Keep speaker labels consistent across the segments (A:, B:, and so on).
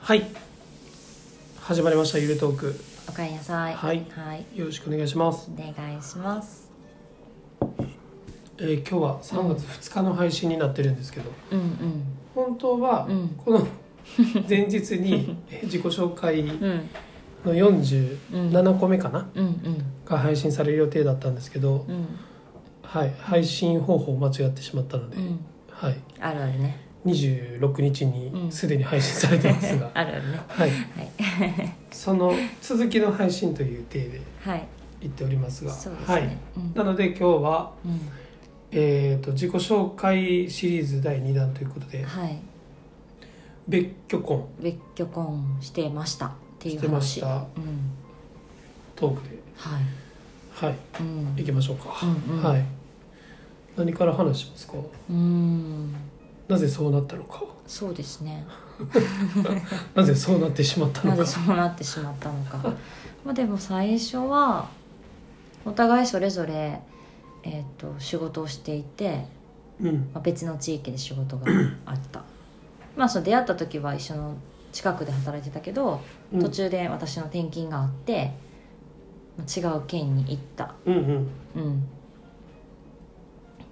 A: はい始まりましたゆるトーク
B: おかえりなさい
A: はいよろしくお願いします、
B: お願いします
A: えー今日は3月2日の配信になってるんですけど
B: うんうん
A: 本当は
B: うん
A: この前日 にえー自己紹介
B: うん
A: の47個目かな
B: うんうん
A: が配信される予定だったんですけど
B: うん
A: はい配信方法を間違ってしまったので、
B: うん
A: はい
B: あるあるね
A: 26日
B: う
A: に
B: ん、
A: すでに配信されてますが
B: あるあるね
A: はい
B: はい
A: その続きの配信という体で
B: はい
A: 言っておりますが
B: そうですね、
A: はい
B: うん
A: なので今日は
B: う
A: えー、と自己紹介シリーズ第2弾ということで
B: んはい
A: 別居婚
B: 別居婚してましたってい
A: し
B: う
A: てまし
B: 話
A: た
B: うん
A: トークで
B: はい
A: はい
B: うん
A: 行きましょうか、
B: うんうん
A: はい何から話しますか
B: うん
A: なぜそうなったのか
B: そうですね
A: なぜそうなってしまった
B: な
A: のか
B: ぜそうなってしまった のかまあでも最初はお互いそれぞれ、えー、と仕事をしていて、
A: うん
B: まあ、別の地域で仕事があった まあその出会った時は一緒の近くで働いてたけど
A: うん
B: 途中で私の転勤があって、まあ違う県に行った
A: うんうん
B: うん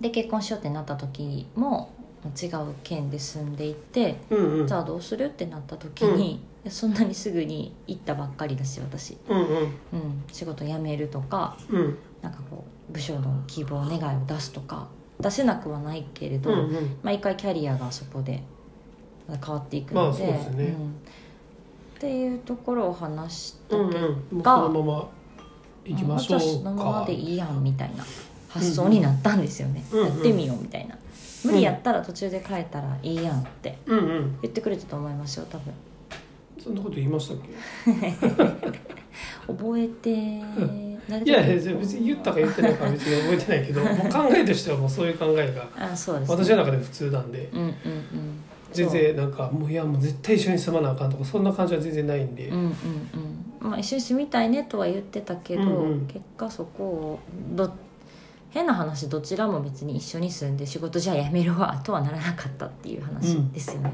B: で結婚しようってなった時もまあ違う県で住んでいて
A: うんうん
B: じゃあどうするってなった時に、いやそんなにすぐに行ったばっかりだし私、
A: うんうん
B: うん、仕事辞めるとか
A: うん
B: なんかこう部署の希望願いを出すとか出せなくはないけれど、
A: うんうん
B: 毎回キャリアがそこで変わっていく
A: まあ
B: の
A: そう
B: で,、
A: ですね
B: んっていうところを話した
A: う
B: 結
A: んうんもう
B: 果
A: そのまま行きましょ
B: あじゃあそうのまま
A: か
B: でいいやんみたいな発想になったんですよね、
A: うんうん
B: やってみようみたいな無理やったら途中で変えたらいいやんって
A: うんうん
B: 言ってくれたと思いますよ多分
A: そんなこと言いましたっけ
B: 覚えて慣れてる
A: いやいや別に言ったか言ってないかは別に覚えてない けどもう考えとしてはもうそういう考えが
B: あそうです、ね、
A: 私の中で普通なんで
B: うんうんうん
A: 全然なんかもういやもう絶対一緒に住まなあかんとかそんな感じは全然ないんで、
B: そううんうんうんまあ一緒に住みたいねとは言ってたけど、
A: うんうん
B: 結果そこをど変な話どちらも別に一緒に住んで仕事じゃあやめるわとはならなかったっていう話ですよね、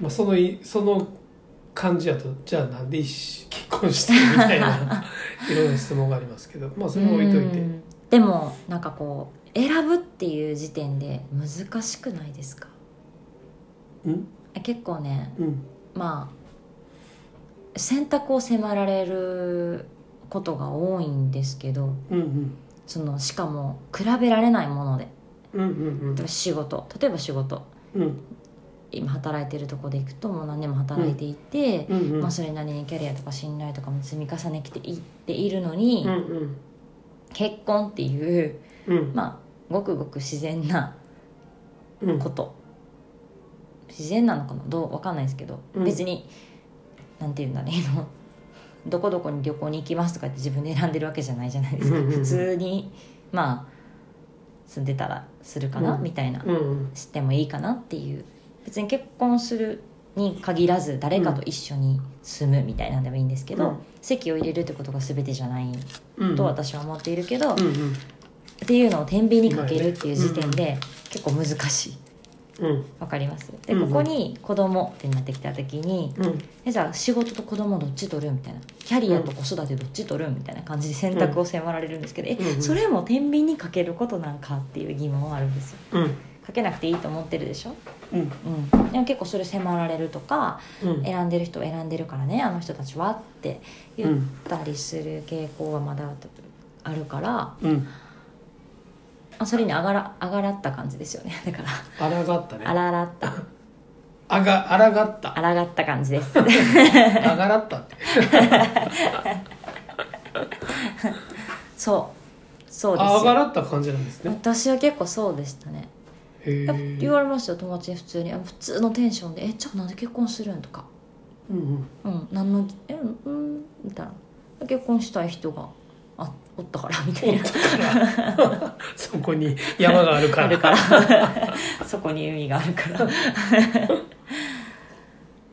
A: まあ、そのいその感じやとじゃあなんで一緒結婚してみたいないろんな質問がありますけどまあそれは置いといて
B: うんでもなんかこう選ぶっていう時点で難しくないですか
A: うん
B: 結構ね
A: うん
B: まあ選択を迫られることが多いんですけど
A: うんうん
B: そのしかも比べられないもので
A: うんうん
B: 例えば仕事例えば仕事
A: うんうん
B: 今働いてるとこで行くともう何年も働いていて、
A: うんうん
B: まあ、それなりにキャリアとか信頼とかも積み重ねきていっているのに、
A: うんうん
B: 結婚っていう
A: うん
B: まあごくごく自然な
A: うん
B: こと自然なのかなどうわかんないですけど、
A: うん
B: 別になんていうんだねあの どこどこに旅行に行きますとかって自分で選んでるわけじゃないじゃないですか、
A: うんうんうん
B: 普通にまあ住んでたらするかな、
A: うん
B: みたいな、
A: うんうん
B: してもいいかなっていう別に結婚するに限らず誰かと一緒に住むみたいなんでもいいんですけど、
A: うん
B: 席を入れるってことが全てじゃない
A: うん
B: と私は思っているけど、
A: う
B: っ
A: んうん
B: ていうのを天秤にかけるっていう時点
A: まあ
B: で結構難しい。
A: うん
B: わかりますで
A: うんう
B: こ
A: ん
B: こに子供ってなってきた時に、
A: うん
B: えじゃあ仕事と子供どっち取るみたいなキャリアと子育てどっち取るみたいな感じで選択を迫られるんですけど、
A: うんうん
B: えそれも天秤にかけることなんかっていう疑問はあるんですよ
A: うん
B: かけなくていいと思ってるでしょ、
A: うん
B: うん、でも結構それ迫られるとか
A: うん
B: 選んでる人を選んでるからねあの人たちはって言ったりする傾向はまだあるから
A: うん
B: あそれにあがらあがらった感じですよね だから
A: あらがったね
B: あら らった
A: あがあらがった
B: あらがった感じ です
A: あがらったって
B: そうそうです
A: あ
B: よ
A: あがらった感じなんですね
B: 私は結構そうでしたね
A: へえ
B: やっぱ言われましたよ友達に普通にあ普通のテンションで「えじゃあなんで結婚するん?」とか
A: うんうん
B: 「うん何のえうん」みたいな結婚したい人があおったからみたいな
A: そこに山があるから
B: あるから そこに海があるから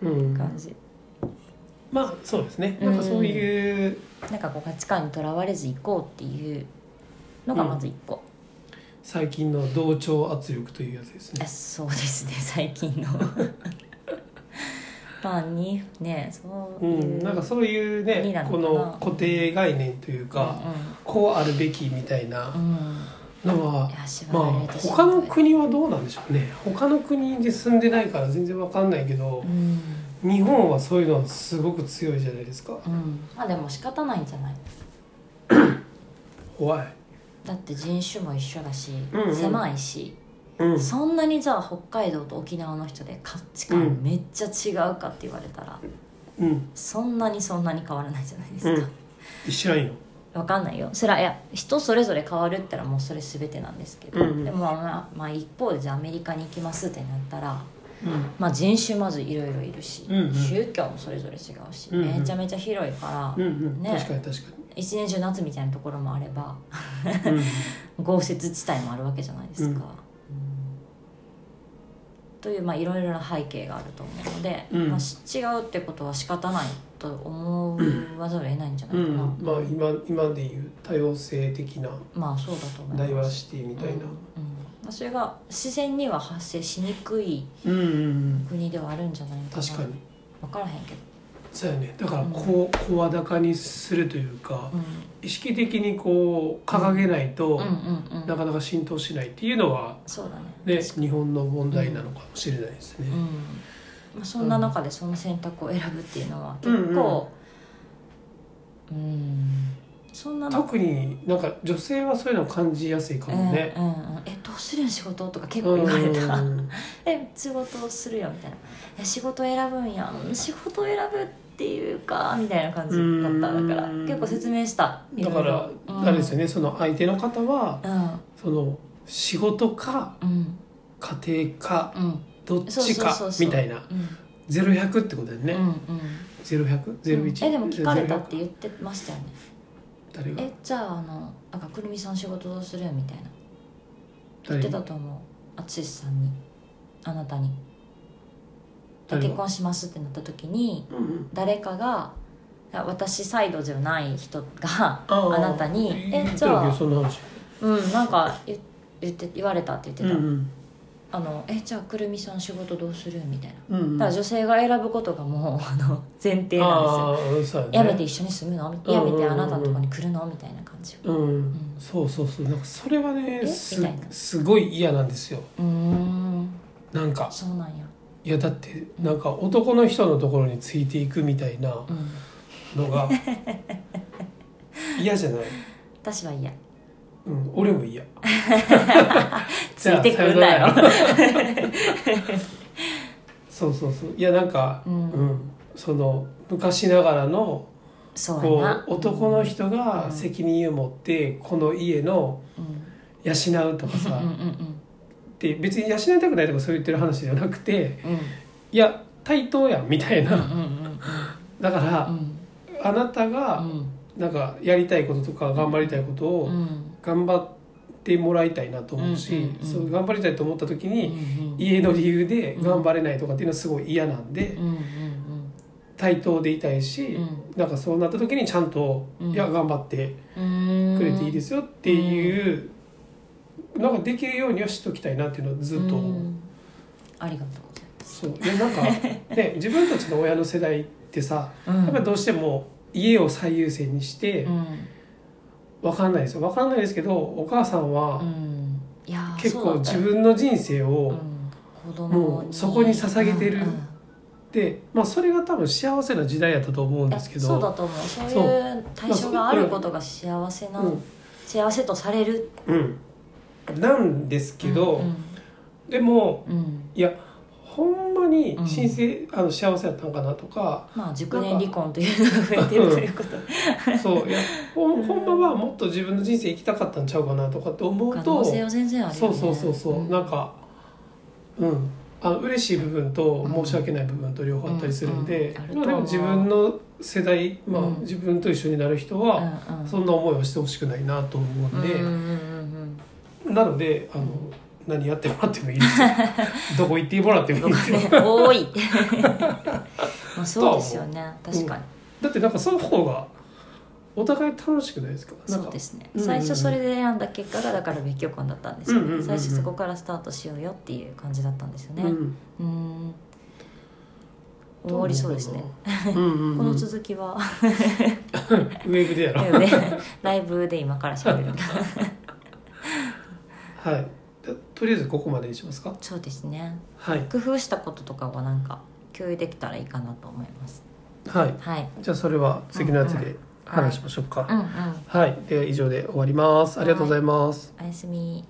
A: うん
B: 感じ
A: まあそうですねなんかそういう
B: なんかこう価値観にとらわれず行こうっていうのがまず一個、
A: 最近の同調圧力というやつです
B: あ
A: ね
B: そうですね最近のまあにねそう
A: う
B: いう、
A: ん、なんかそういう
B: いい
A: ね
B: なの
A: こ
B: かな
A: の固定概念というか、こうあるべきみたいな
B: うん、うん
A: のは、
B: いや縛
A: まあ
B: られてしま
A: 他
B: う
A: の国はどうなんでしょうね他の国で住んでないから全然わかんないけど
B: う、ん、
A: 日本はそういうのはすごく強いじゃないですか
B: うん、まあでも仕方ないんじゃない
A: 怖い、
B: だって人種も一緒だし、
A: うんうん
B: 狭いし、
A: うん、
B: そんなにじゃあ北海道と沖縄の人で価値
A: うん
B: 観めっちゃ違うかって言われたら、
A: うん
B: そんなにそんなに変わらないじゃないですか、
A: うん一緒なんよ
B: わかんないよそれはいや人それぞれ変わるったらもうそれ全てなんですけど、
A: うんうん
B: でもまあ、まあ、一方でじゃあアメリカに行きますってなったら、
A: うん
B: まあ、人種まずいろいろいるし、
A: うんうん
B: 宗教もそれぞれ違うし、
A: うんうん
B: めちゃめちゃ広いから、
A: うんうん、
B: ね
A: 確かに確か
B: 一年中夏みたいなところもあれば
A: に、うん、
B: 豪雪地帯もあるわけじゃないですか。
A: うん
B: うんというまあいろいろな背景があると思うので、
A: うん
B: まあ、し違うってことは仕方ないと思わざるを得ないんじゃな
A: う
B: いか
A: ん
B: な、
A: まあ今今でいう多様性的な
B: まあそうだと思います
A: ダイバーシティみたいな、
B: うんうんそれが自然には発生しにくい
A: うんうんうん、
B: 国ではあるんじゃないかな
A: 確かに
B: 分からへんけど、
A: そうやねだからこう声高にするというか
B: うん、
A: 意識的にこう掲げないと、
B: うんうんうん
A: なかなか浸透しないっていうのは
B: そうだね
A: ね日本の問題なのかもしれないですね
B: うん、まあ、そんな中でその選択を選ぶっていうのは
A: うん
B: 結構うん、そんな中
A: 特になんか女性はそういうのを感じやすいかもね、
B: うんうんうん、えどうするん仕事とか結
A: う
B: 構
A: ん
B: 言われた、え仕事をするよみたいなえ仕事選ぶんやん仕事選ぶっていうかみたいな感じだっただから
A: うん
B: 結構説明した
A: だからあれですよ
B: ね
A: ねその相手の方は
B: うん
A: その仕事か
B: うん
A: 家庭か
B: うん
A: どっ
B: そう
A: ち
B: そう
A: か
B: そうそう
A: みたいな
B: うん
A: 0100ってことだよ
B: う
A: ね、
B: んうん
A: 0100?01
B: えでも聞かれたって言ってましたよね
A: 誰が
B: えじゃああのなんかくるみさん仕事どうするみたいな
A: 誰
B: 言って
A: が
B: たと思う淳さんにあなたに
A: 誰が
B: 結婚しますってなった時に
A: うんうん
B: 誰かがあ私サイドじゃない人が
A: あー
B: あなたに「
A: 言っ
B: え
A: てる
B: じゃあ
A: けどそんな話
B: うんなんか言言って言われた」って言って
A: うん
B: た、
A: うん
B: あの「えじゃあくるみさん仕事どうする?」みたいな
A: うんうん
B: だから女性が選ぶことがもうあの前提なんですよ
A: あーそう
B: や
A: やね
B: めて一緒に住む
A: う
B: の
A: んうん
B: や
A: うん
B: めてあなたのとこに来るのみたいな感じ
A: うん、
B: ん
A: そうそうそうなんかそれはね
B: え
A: す
B: みたいな
A: すごい嫌なんですよ
B: うーん
A: なんか
B: そうなんや
A: いやだってなんか男の人のところについていくみたいな
B: うん
A: の が嫌じゃない、
B: 私は嫌
A: うん、俺も嫌
B: ついてくんなよ
A: じゃあさよなら そうそうそういやなんか、
B: う
A: うん
B: ん
A: その昔ながらの
B: そうや
A: こ
B: な
A: う男の人
B: う
A: が
B: ん
A: 責任を持ってこの家の
B: うん
A: 養うとか
B: うん
A: さ
B: うんうん
A: で別に養いたくないとかそう言ってる話じゃなくて
B: うん
A: いや対等やんみたい
B: うん
A: な
B: うん
A: だか
B: う
A: ら
B: ん
A: あなたがなんかやりたいこととか頑張りたいこと
B: うんうんうん
A: を
B: うん
A: 頑張ってもらいたいなと思う
B: うん
A: し
B: うんうん
A: そう頑張りたいと思った時に
B: うん
A: 家の理由で頑張れないとかっていうのはすごい嫌なんで
B: うんうん
A: 対等でいたいし
B: うん
A: なんかそうなった時にちゃんと
B: うん
A: いや頑張って
B: うん
A: くれていいですよっていうなんかできるようにはしときたいなっていうのはずっと思う
B: うんありがとうござい
A: そういや なんか、ね、自分たちの親の世代ってさ
B: ます
A: やっぱりどうしても家を最優先にして
B: うん
A: 分かんないですよ分かんないですけどお母さん
B: う
A: は
B: んいやー
A: 結
B: そ
A: 構
B: うだった
A: 自
B: よ
A: 分の人生
B: う
A: を
B: ん子
A: も
B: 供
A: うそこに捧げてる
B: うんうん
A: で、まあ、それが多分幸せな時代やったと思うんですけど
B: そうだと思うそういう対象があることが幸せな、幸せとされる
A: うん、うん、なんですけど、でも
B: うんうん
A: いやほんまに申請、あの幸せやったんかなとか
B: まあ熟年離婚というのが増えてるということ
A: そういやほんほんまはもっと自分の人生生きたかったんちゃうかなとかって思う
B: 可
A: と
B: 能性は全然ある
A: そ
B: よ
A: う
B: ね
A: そうそうそう、
B: ん
A: なんかうんあの嬉しい部分と申し訳ない部分と両方あったりするんで、
B: うんう
A: ま
B: んうん
A: あ、でも自分の世代、まあ
B: うん
A: 自分と一緒になる人は、
B: うんうん
A: そんな思いはしてほしくないなと思うん
B: うんうん
A: で、
B: うん
A: なのであの、何やってもらってもいい ですよどこ行ってもらって
B: うん
A: も
B: と
A: いい
B: か
A: ですよ
B: ね多い まあそうですよね
A: とは思う
B: 確かに、
A: だってなんかその方がお互い楽しくないですかなんか
B: そうですね
A: うんうん
B: 最初それで選んだ結果がだから別居婚だったんですよ
A: うんうんうんう
B: ね
A: ん
B: 最初そこからスタートしようよっていう感じだったんですよね
A: うん
B: うん終わりそうですね。
A: うんうんうん、
B: この続 きは、
A: ウェブでやろう。
B: ねライブで今から喋る
A: はい。でとりあえずここまでにしますか。
B: そうですね
A: はい。
B: 工夫したこととかはなんか共有できたらいいかなと思います
A: はい。
B: はい
A: じゃあそれは次のやつで話しましょうか。
B: うんうん
A: はい。では以上で終わります。ありがとうございます。
B: おやすみ